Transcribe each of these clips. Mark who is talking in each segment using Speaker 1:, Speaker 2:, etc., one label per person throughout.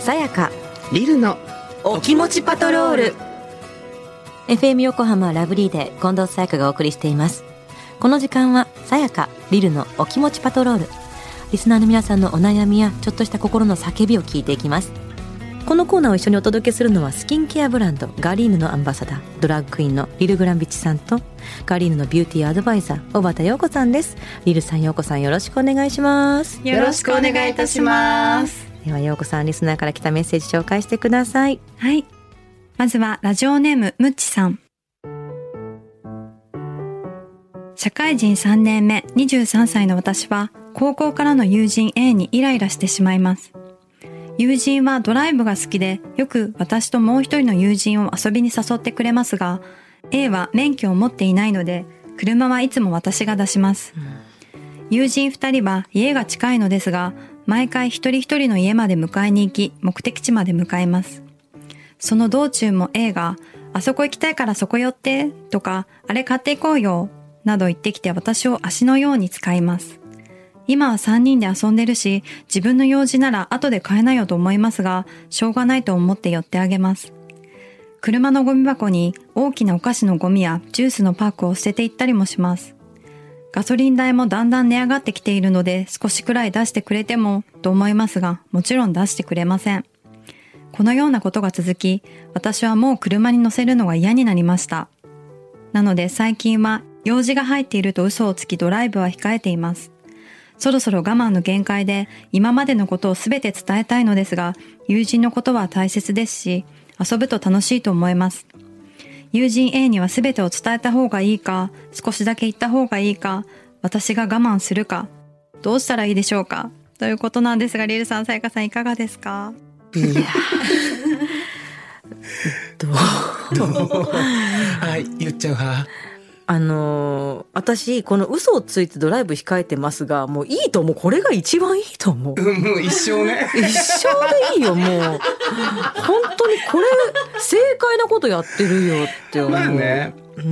Speaker 1: さやか
Speaker 2: リルの
Speaker 1: お気持ちパトロール FM 横浜ラブリーで近藤さやかがお送りしていますこの時間はさやかリルのお気持ちパトロールリスナーの皆さんのお悩みやちょっとした心の叫びを聞いていきますこのコーナーを一緒にお届けするのはスキンケアブランドガリーヌのアンバサダードラッグクイーンのリル・グランビッチさんとガリーヌのビューティーアドバイザー小畑陽子さんですリルさん陽子さんよろしくお願いします
Speaker 2: よろしくお願いいたします。
Speaker 1: では陽子さんリスナーから来たメッセージ紹介してください
Speaker 3: はい。まずはラジオネームむっちさん。社会人3年目23歳の私は高校からの友人 A にイライラしてしまいます。友人はドライブが好きでよく私ともう一人の友人を遊びに誘ってくれますが A は免許を持っていないので車はいつも私が出します。友人2人は家が近いのですが毎回一人一人の家まで迎えに行き目的地まで向かいます。その道中も A が、あそこ行きたいからそこ寄って、とか、あれ買っていこうよ、など言ってきて私を足のように使います。今は3人で遊んでるし、自分の用事なら後で買えないよと思いますが、しょうがないと思って寄ってあげます。車のゴミ箱に大きなお菓子のゴミやジュースのパックを捨てていったりもします。ガソリン代もだんだん値上がってきているので少しくらい出してくれてもと思いますが、もちろん出してくれません。このようなことが続き、私はもう車に乗せるのが嫌になりました。なので最近は用事が入っていると嘘をつきドライブは控えています。そろそろ我慢の限界で今までのことを全て伝えたいのですが、友人のことは大切ですし、遊ぶと楽しいと思います。友人 A には全てを伝えた方がいいか、少しだけ言った方がいいか、私が我慢するか、どうしたらいいでしょうかということなんですが、リルさん、さやかさんいかがですか
Speaker 1: いやどう
Speaker 4: はい、言っちゃう派。
Speaker 2: あのー私この嘘をついてドライブ控えてますがもういいと思うこれが一番いいと思う
Speaker 4: うん、もう一生 ね。
Speaker 2: 一生でいいよもう本当にこれ正解なことやってるよって思う、
Speaker 4: まあね。
Speaker 2: うん
Speaker 4: う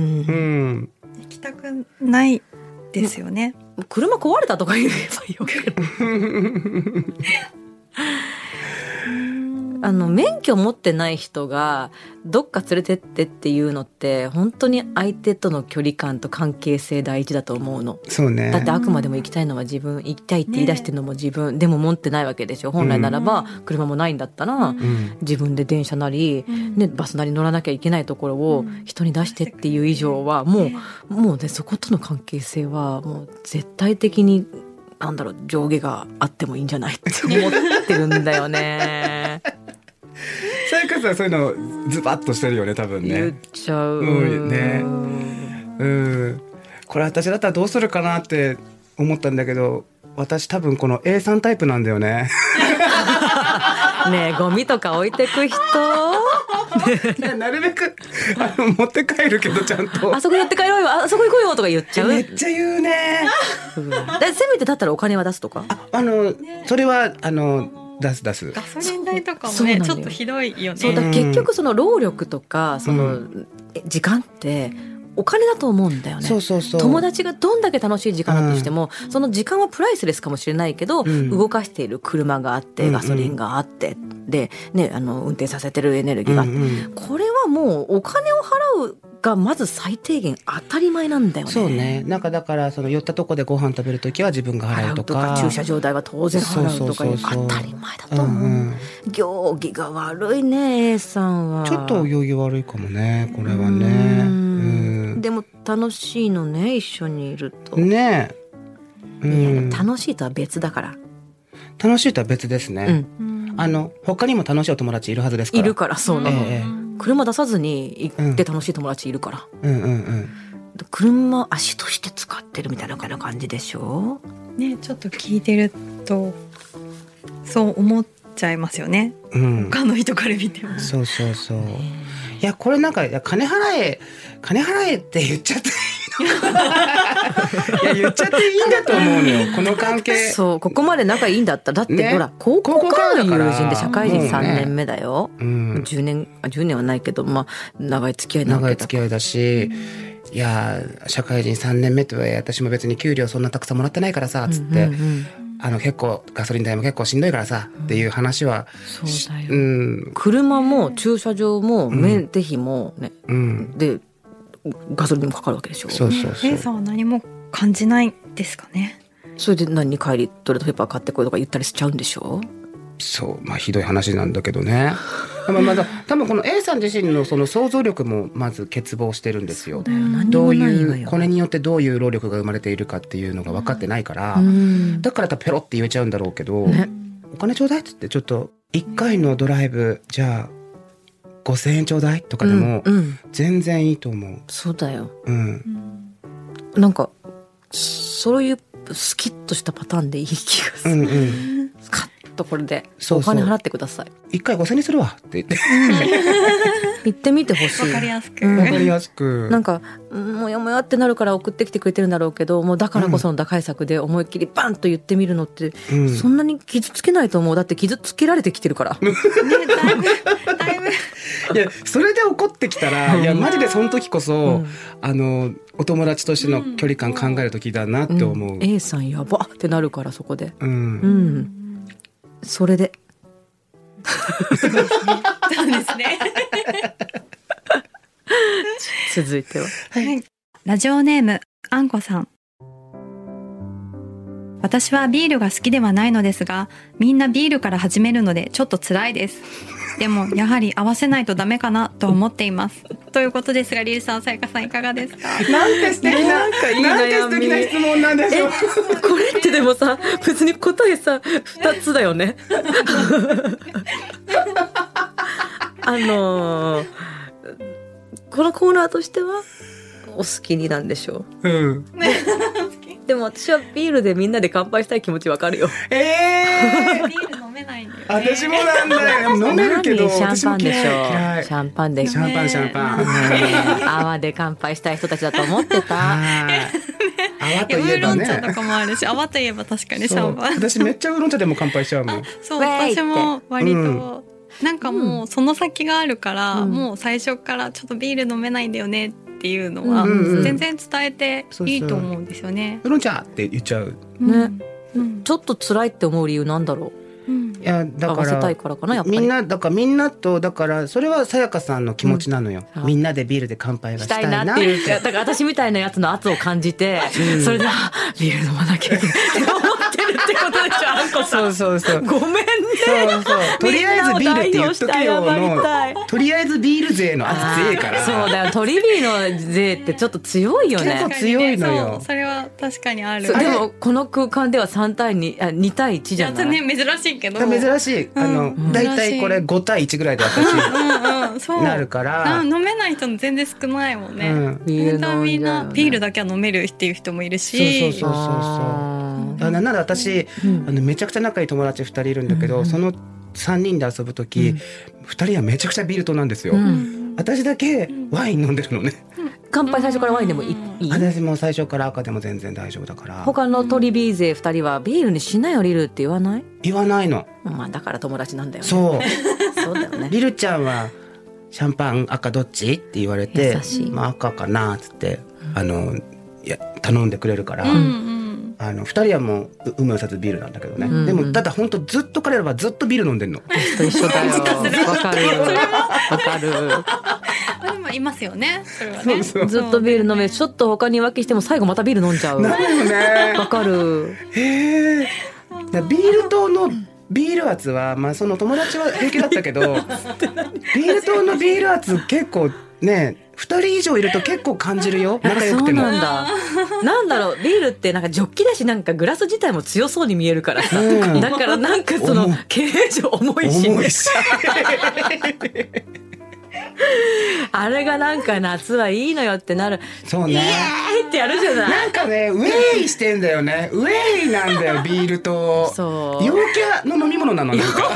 Speaker 4: ん。
Speaker 3: 行きたくないですよね。
Speaker 2: 車壊れたとか言えばよけ どあの免許持ってない人がどっか連れてってっていうのって本当に相手との距離感と関係性大事だと思うの。
Speaker 4: そうね。
Speaker 2: だってあくまでも行きたいのは自分行きたいって言い出してるのも自分、でも持ってないわけでしょ本来ならば車もないんだったら
Speaker 4: うん。
Speaker 2: 自分で電車なり、ね、バスなり乗らなきゃいけないところを人に出してっていう以上はもうもうねそことの関係性はもう絶対的になんだろう上下があってもいいんじゃないって思ってるんだよ ね。
Speaker 4: さやかさん、そういうの、ズバッとしてるよね、多分
Speaker 2: 言っ
Speaker 4: ね。
Speaker 2: ちゃう。
Speaker 4: うんねうん。これ、私だったら、どうするかなって、思ったんだけど。私、多分、この A さんタイプなんだ よね。
Speaker 2: ねえゴミとか置いてく人
Speaker 4: ねなるべく、あの、持って帰るけど、ちゃんと
Speaker 2: あ。そこ寄って帰ろうよあそこ行こうよとか言っちゃう。
Speaker 4: めっちゃ言うね。
Speaker 2: うんでせめてだったらお金は出すとか。
Speaker 4: あの、それは、あの、出す出す。
Speaker 3: ガソリン代とか
Speaker 2: そうそうなのよ
Speaker 3: どいよ
Speaker 2: そうだから結局その労力とかその、
Speaker 4: う
Speaker 2: え時間ってお金だと思うんだよね
Speaker 4: そう。そうそう。
Speaker 2: 友達がどんだけ楽しい時間だとしても、その時間はプライスレスかもしれないけど、
Speaker 4: うん
Speaker 2: 動かしている車があっ
Speaker 4: うん
Speaker 2: て
Speaker 4: うん
Speaker 2: ガソリンがあって、で、ね、あの運転させてるエネルギ
Speaker 4: う
Speaker 2: ー
Speaker 4: ん
Speaker 2: が
Speaker 4: う
Speaker 2: あって、
Speaker 4: ん。
Speaker 2: これはもうお金を払うがまず最低限当たり前なんだよね。
Speaker 4: そうね。なんかだから、その寄ったとこでご飯食べるときは自分が払
Speaker 2: 払
Speaker 4: う
Speaker 2: う
Speaker 4: と
Speaker 2: と
Speaker 4: か。
Speaker 2: か駐車場代は当然払うとか
Speaker 4: そうそうそうそう
Speaker 2: 当たり前だ
Speaker 4: う
Speaker 2: と思う、
Speaker 4: んうん。
Speaker 2: 行儀が悪いね A さんは
Speaker 4: ちょっと行儀悪いかもね、これはね。
Speaker 2: うん
Speaker 4: う
Speaker 2: でも楽しいのね一緒にいると、
Speaker 4: んねえ。う
Speaker 2: いやいや
Speaker 4: ん、
Speaker 2: 楽しいとは別だから、
Speaker 4: 楽しいとは別ですね。
Speaker 2: うん
Speaker 4: あの他にも楽しいお友達いるはずですから。
Speaker 2: いるからそうなの、
Speaker 4: え
Speaker 2: 車出さずに行って楽しい友達いるから、
Speaker 4: えうんうんうん。
Speaker 2: 車足として使ってるみたいな感じでしょ
Speaker 3: ね、ちょっと聞いてると、そう思っちゃいますよね。
Speaker 4: うん。
Speaker 3: 他の人から見ても。
Speaker 4: そうそうそう。いやこれなんかいや金払え金払えって言っちゃって いいのかな。いや言っちゃっていいんだと思うのよ。この関係。
Speaker 2: そうここまで仲いいんだったらだって、
Speaker 4: ね
Speaker 2: ほら高校からの友人で社会人
Speaker 4: 高校
Speaker 2: 3
Speaker 4: からだから
Speaker 2: 年目だよ、
Speaker 4: うん。
Speaker 2: 10年あ10年はないけどまあ長い付き合いなわ
Speaker 4: 長
Speaker 2: け
Speaker 4: い
Speaker 2: だ
Speaker 4: 付き合いだし、いやー社会人3年目とはいえ私も別に給料そんなたくさんもらってないからさつって、
Speaker 2: うんうんうん
Speaker 4: あの結構ガソリン代も結構しんどいからさ、っていう話は
Speaker 2: そうだよ、
Speaker 4: うん
Speaker 2: 車も駐車場も
Speaker 4: ん
Speaker 2: メンテ費もね、
Speaker 4: うん
Speaker 2: でガソリンもかかるわけでしょ
Speaker 4: そうそうそう、
Speaker 3: A さんは何も感じないですかね。
Speaker 2: それで何に帰りトイレットペーパー買ってこいとか言ったりしちゃうんでしょ
Speaker 4: そうまあひどい話なんだけどねまあまだ多分この A さん自身のその想像力もまず欠乏してるんですよ。
Speaker 2: よ何
Speaker 4: どう
Speaker 2: にもないわ
Speaker 4: い
Speaker 2: よ
Speaker 4: うこれによってどういう労力が生まれているかっていうのが分かってないから、
Speaker 2: うん
Speaker 4: だから多分ペロって言えちゃうんだろうけど、
Speaker 2: ね
Speaker 4: お金ちょうだいっつってちょっと1回のドライブじゃあ5,000円ちょうだいとかでも
Speaker 2: うんうん
Speaker 4: 全然いいと思う。
Speaker 2: そうだよ
Speaker 4: うん
Speaker 2: なんかそういうスキッとしたパターンでいい気がす
Speaker 4: う
Speaker 2: る、
Speaker 4: んうん、
Speaker 2: カッとこれで
Speaker 4: そうそ
Speaker 2: お
Speaker 4: う
Speaker 2: 金払ってください
Speaker 4: 1回5,000円にするわって言って
Speaker 2: 行ってみてほし
Speaker 3: わ
Speaker 2: い
Speaker 3: かりやすく。
Speaker 2: うん
Speaker 4: 分かりやすく
Speaker 2: なんかもやもやってなるから送ってきてくれてるんだろうけどもうだからこその打開策で思いっきりバンと言ってみるのって、
Speaker 4: うん
Speaker 2: そんなに傷つけないと思うだって傷つけられてきてるから
Speaker 3: ね、だいぶ、だいぶ。
Speaker 4: いやそれで怒ってきたらいやマジでその時こそ、
Speaker 2: うん
Speaker 4: あのお友達としての距離感考える時だなって思う。
Speaker 2: ん A さんやばってなるからそこで
Speaker 4: うん
Speaker 2: うん、それで
Speaker 3: そうですね。
Speaker 2: 続いては
Speaker 3: はい。ラジオネーム、あんこさん。私はビールが好きではないのですが、みんなビールから始めるのでちょっと辛いです。でも、やはり合わせないとダメかなと思っています。ということですが、リルさん、さやかさんいかがですか
Speaker 4: なんて素敵な、なん
Speaker 2: かいい
Speaker 4: て素敵な
Speaker 2: 悩み
Speaker 4: 質問なんでし
Speaker 2: え
Speaker 4: ょう。
Speaker 2: これってでもさ別に答えさ2つだよね あのーこのコーナーとしてはお好きになんでしょう
Speaker 4: うん、
Speaker 2: でも私はビールでみんなで乾杯したい気持ちわかるよ。
Speaker 4: ええ
Speaker 3: ビール飲めないんだよ、ね。
Speaker 4: 私もなんだよ。でも飲めるけど、
Speaker 2: シャン
Speaker 4: 私
Speaker 2: パ
Speaker 4: も
Speaker 2: ンで
Speaker 4: 嫌い
Speaker 2: しょ。
Speaker 4: 嫌い。
Speaker 2: シャンパンでし
Speaker 4: シ
Speaker 2: ょ。
Speaker 4: ャンパン、シャンパン。
Speaker 2: 泡で乾杯したい人たちだと思ってた。
Speaker 4: はい。 泡
Speaker 3: いや
Speaker 4: と
Speaker 3: ウ
Speaker 4: いえ
Speaker 3: ーロ
Speaker 4: ば
Speaker 3: ン茶と
Speaker 4: ね。
Speaker 3: かもあるし、泡といえば確かにシ
Speaker 4: そ
Speaker 3: ャ
Speaker 4: う
Speaker 3: ンパン。
Speaker 4: 私めっちゃウーロン茶でも乾杯しちゃうもん。
Speaker 3: そう
Speaker 2: ウェイって
Speaker 3: 私も割と、
Speaker 4: うん
Speaker 3: なんかもうその先があるから、
Speaker 2: うん
Speaker 3: もう最初からちょっとビール飲めないんだよねっていうのは、
Speaker 2: うん
Speaker 4: うん
Speaker 3: 全然伝えていいと思うんですよね
Speaker 4: ウ。ーロン茶って言っちゃう。
Speaker 2: そうそう
Speaker 3: うん
Speaker 2: ちょっと辛いって思う理由なんだろ
Speaker 3: うん
Speaker 4: いや、
Speaker 2: う。
Speaker 4: だ
Speaker 2: 合
Speaker 4: か
Speaker 2: わせた
Speaker 4: ら
Speaker 2: い。からかなやっぱり。
Speaker 4: みんなだからみんなとだからそれはさやかさんの気持ちなのよ、
Speaker 2: うん
Speaker 4: みんなでビールで乾杯が
Speaker 2: し
Speaker 4: した
Speaker 2: たい
Speaker 4: いな
Speaker 2: なっていうだから私みたいなやつの圧を感じて、それであビール飲まなきゃいけないって思ってるってことでしょあんこさ。
Speaker 4: そうんそう そう
Speaker 2: ごめんね。
Speaker 4: そうそうとりあえずビールって言っとけよ
Speaker 2: みんなを代表して謝りたい
Speaker 4: のとりあえずビール勢の圧強いから
Speaker 2: そうだよトリビーの税ってちょっと強いよね。
Speaker 4: 結構強いのよ
Speaker 3: そうそれは確かにある。
Speaker 2: そう
Speaker 4: あ
Speaker 2: で
Speaker 4: れ
Speaker 2: もこの空間では3対2あ2対1じゃ
Speaker 3: や
Speaker 2: な
Speaker 3: つ
Speaker 2: い、
Speaker 3: ね珍しいけど。
Speaker 4: 珍しいあの、
Speaker 3: ん
Speaker 4: だいたいこれ5対1ぐらいで私
Speaker 3: うんうんそう。
Speaker 4: なるから、
Speaker 3: あ
Speaker 4: うん
Speaker 3: 飲めない人も全然少ないもんね。
Speaker 4: うん
Speaker 3: 本当はみんなビール
Speaker 2: だ
Speaker 3: だけは飲めるっていう人もいるし。
Speaker 4: そうそうそうだからなんなら私、あのめちゃくちゃ仲いい友達2人いるんだけど、その3人で遊ぶ時、二2人はめちゃくちゃビールとなんですよ、
Speaker 2: うん
Speaker 4: 私だけワイン飲んでるのね、
Speaker 2: 乾杯最初からワインでもいいいい
Speaker 4: 私も最初から赤でも全然大丈夫だから
Speaker 2: 他のトリビー勢2人はビールにしなよリルって言わない
Speaker 4: 言わないの
Speaker 2: まあだから友達なんだよね
Speaker 4: そう
Speaker 2: そうだよね
Speaker 4: リルちゃんはシャンパン赤どっちって言われて
Speaker 2: 優しい
Speaker 4: まあ、赤かなっつって、あのいや頼んでくれるから、
Speaker 3: うんうん。
Speaker 4: あの二人はもうううまうさずビールなんだけどね、
Speaker 2: うん
Speaker 4: でもただ本当ずっと彼らはずっとビール飲んでんの
Speaker 2: と一緒だ よわかるよわかる
Speaker 3: あでもいますよね。それはね。
Speaker 4: そうそう
Speaker 2: ずっとビール飲めちょっと他に浮気しても最後またビール飲んじゃう
Speaker 4: な
Speaker 2: わ
Speaker 4: るよね
Speaker 2: かる
Speaker 4: へえだからビール糖のビール圧はまあその友達は平気だったけ どビール糖のビール圧結構ね二人以上いると結構感じるよ
Speaker 2: やっぱ
Speaker 4: 仲良くても
Speaker 2: そうなんだ。なんだろう、ビールってなんかジョッキだし、なんかグラス自体も強そうに見えるからさ。
Speaker 4: うん
Speaker 2: だからなんかその
Speaker 4: 重い、
Speaker 2: 経営上重 いし、
Speaker 4: 重いし
Speaker 2: あれがなんか夏はいいのよってなる。
Speaker 4: そう
Speaker 2: イエ
Speaker 4: ね
Speaker 2: ーイってやるじゃない。
Speaker 4: なんかねウェイしてんだよねウェイなんだよビール糖
Speaker 2: そう
Speaker 4: 陽キャの飲み物なのなんか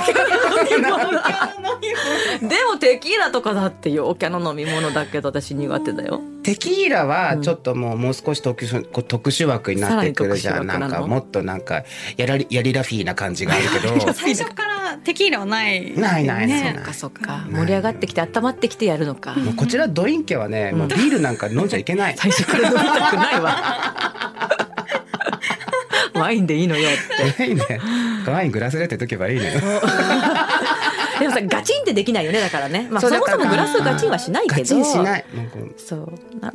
Speaker 2: でもテキーラとかだって陽キャの飲み物だけど私苦手だよ。
Speaker 4: テキーラはちょっともう,、もう少し特殊こう特殊枠になってくるじゃん
Speaker 2: さら
Speaker 4: な
Speaker 2: に特殊枠なんの
Speaker 4: かもっとなんかやらりやりラフィーな感じがあるけ ど
Speaker 3: 最初からテキーラはない。
Speaker 4: ないない
Speaker 2: そ
Speaker 4: そう
Speaker 3: ね
Speaker 2: っ
Speaker 4: な
Speaker 2: か
Speaker 4: い
Speaker 2: そっか。盛り上がってきて温まってきてやるのか。
Speaker 4: もうこちらドイン家はね、もうビ ー ルなんか飲んじゃいけない
Speaker 2: 最初から飲みたくないわ。ワインでいいのよって
Speaker 4: いいね。ワイングラスでってとけばいいね。
Speaker 2: でもさガチンってできないよねだからね、まあ、
Speaker 4: そ
Speaker 2: そう
Speaker 4: だ
Speaker 2: も
Speaker 4: から
Speaker 2: そもグラスガチンはしないけ
Speaker 4: ガ
Speaker 2: ど
Speaker 4: チンしない。なんか
Speaker 2: そうあ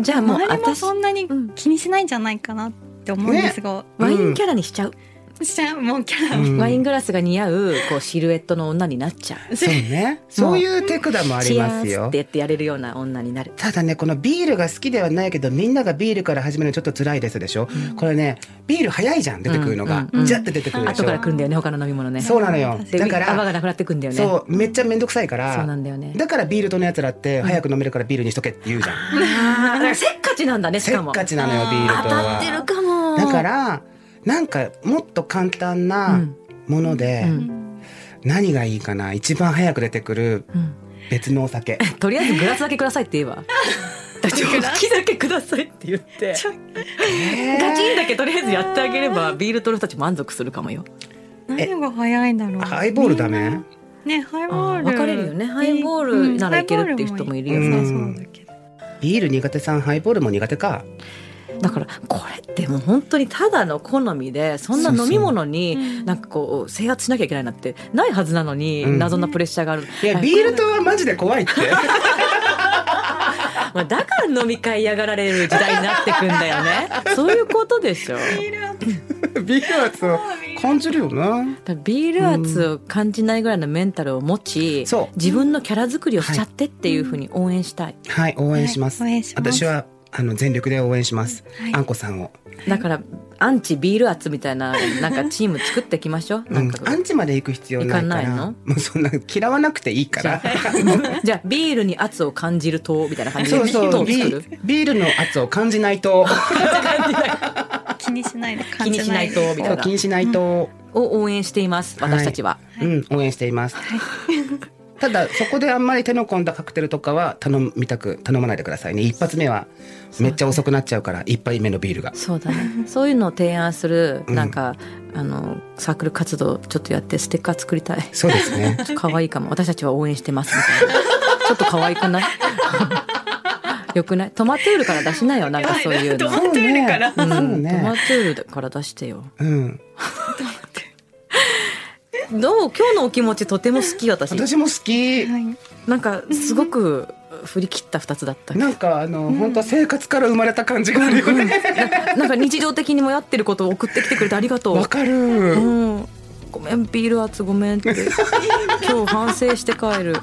Speaker 2: じゃあもう
Speaker 3: 周りも
Speaker 2: 私
Speaker 3: そんなに気にしないんじゃないかなって思うんですが、
Speaker 2: ワインキャラにしちゃう、
Speaker 3: じゃあもうキャラ、
Speaker 4: うん
Speaker 2: ワイングラスが似合うこうシルエットの女になっちゃう
Speaker 4: そうね。そういう手札もあり
Speaker 2: チア
Speaker 4: ま
Speaker 2: ー
Speaker 4: す
Speaker 2: ズっ
Speaker 4: よ
Speaker 2: て。やってやれるような女になる
Speaker 4: ただねこのビールが好きではないけどみんながビールから始めるのちょっと辛いですでしょ、これねビール早いじゃん出てくるの
Speaker 2: うん
Speaker 4: が、
Speaker 2: うんうん
Speaker 4: ジャッて出てくるでし
Speaker 2: 後
Speaker 4: ょ
Speaker 2: から来るんだよね他の飲み物ね
Speaker 4: そうなのよ
Speaker 2: で
Speaker 4: だか
Speaker 2: 泡が
Speaker 4: ら
Speaker 2: なくなってくんだよねそう
Speaker 4: そうめっちゃ面倒くさいから
Speaker 2: なんだよね
Speaker 4: だからビールとのやつらって早く飲めるからビールにしとけって言うじゃ
Speaker 2: あ
Speaker 4: ん、
Speaker 2: ーせっかちなんだねし
Speaker 4: せ
Speaker 2: か
Speaker 4: っ
Speaker 2: も
Speaker 4: かちなのよビール
Speaker 2: 当
Speaker 4: と
Speaker 2: たってる
Speaker 4: は
Speaker 2: かも
Speaker 4: だからなんかもっと簡単
Speaker 2: う
Speaker 4: なんもので、
Speaker 2: うん
Speaker 4: 何がいいかな一番早く出てくる
Speaker 2: うん
Speaker 4: 別のお酒
Speaker 2: とりあえずグラスだけくださいって言えばだって
Speaker 3: グ
Speaker 2: お
Speaker 3: ラ
Speaker 2: 好
Speaker 3: ス
Speaker 2: きだけくださいって言って
Speaker 3: ちょ
Speaker 2: ガチンだけとりあえずやってあげればビールとる人たち満足するかもよ
Speaker 3: 何が早いんだろう
Speaker 4: ハイボールダ
Speaker 3: みん
Speaker 4: メ
Speaker 3: なねハイボ
Speaker 2: あ
Speaker 3: ー
Speaker 2: ー
Speaker 3: ル
Speaker 2: 分かれるよねハイボールならいけるっていう人もいるよ
Speaker 4: う
Speaker 2: ね、
Speaker 4: ん
Speaker 3: そうそうだけど
Speaker 4: ビール苦手さんハイボールも苦手か
Speaker 2: だからこれってもう本当にただの好みでそんな飲み物になんかこう制圧しなきゃいけないなってないはずなのに
Speaker 4: うん
Speaker 2: 謎なプレッシャーがある、
Speaker 4: いやビールとはマジで怖いって
Speaker 2: まあだから飲み会嫌がられる時代になってくんだよ ねそういうことでしょ
Speaker 3: いるあと
Speaker 4: ビール圧を感じるよ
Speaker 2: だ
Speaker 4: な
Speaker 2: からビール圧を感じないぐらいのメンタルを持ち、
Speaker 4: そう
Speaker 2: 自分のキャラ作りをしちゃってっていうふうに応援したい、
Speaker 4: はい応援します、
Speaker 3: はい応援します
Speaker 4: 私はあの全力で応援します、
Speaker 3: はい
Speaker 4: あんこさんを、
Speaker 2: だからアンチビール圧みたいななんかチーム作っていきましょう
Speaker 4: う
Speaker 2: なん
Speaker 4: ん
Speaker 2: か、
Speaker 4: アンチまで行く必要ないから
Speaker 2: 行かないの
Speaker 4: もうそんな嫌わなくていいから
Speaker 2: じゃあビールに圧を感じる党みたいな感じで
Speaker 4: そう
Speaker 2: 党
Speaker 4: そう
Speaker 2: を作
Speaker 4: ビ
Speaker 2: る
Speaker 4: ビールの圧を感じないと
Speaker 3: 気にしないで
Speaker 2: 気にしないとみたい
Speaker 4: そ
Speaker 2: な
Speaker 4: う気にしないと、
Speaker 2: を応援しています
Speaker 4: はい
Speaker 2: 私たちは、
Speaker 4: うん応援しています、ただそこであんまり手の込んだカクテルとかは頼みたく頼まないでくださいね一発目はめっちゃ遅くなっちゃうから一杯目のビールが
Speaker 2: そうだねそういうのを提案する
Speaker 4: うん
Speaker 2: なんか、あのサークル活動ちょっとやってステッカー作りたい
Speaker 4: そうですね
Speaker 2: ちょっと可愛いかも私たちは応援してますみたいなちょっと可愛く ないよくないトマトゥールから出しなよなんかそういうの、うん、
Speaker 4: そうねそ
Speaker 2: ト
Speaker 4: う
Speaker 2: マ
Speaker 4: ね
Speaker 2: トゥールから出してよ
Speaker 4: うん
Speaker 2: どう今日のお気持ちとても好き私
Speaker 4: 私も好き
Speaker 3: はい
Speaker 2: なんかすごく振り切った二つだった
Speaker 4: なんかあの、本当生活から生まれた感じがあるよね。
Speaker 2: なんか日常的にもやってることを送ってきてくれてありがとう
Speaker 4: わかる。
Speaker 2: うん、ごめんビール圧ごめんって 今日反省して帰る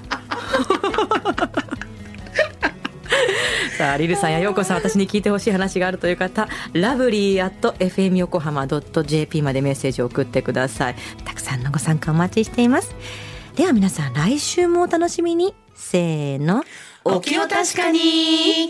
Speaker 2: さあリルさんやヨうこさん私に聞いてほしい話があるという方ラブリー at fm 横浜 .jp までメッセージを送ってくださいたくさんのご参加お待ちしていますでは皆さん来週もお楽しみにせーの
Speaker 4: お気を確かに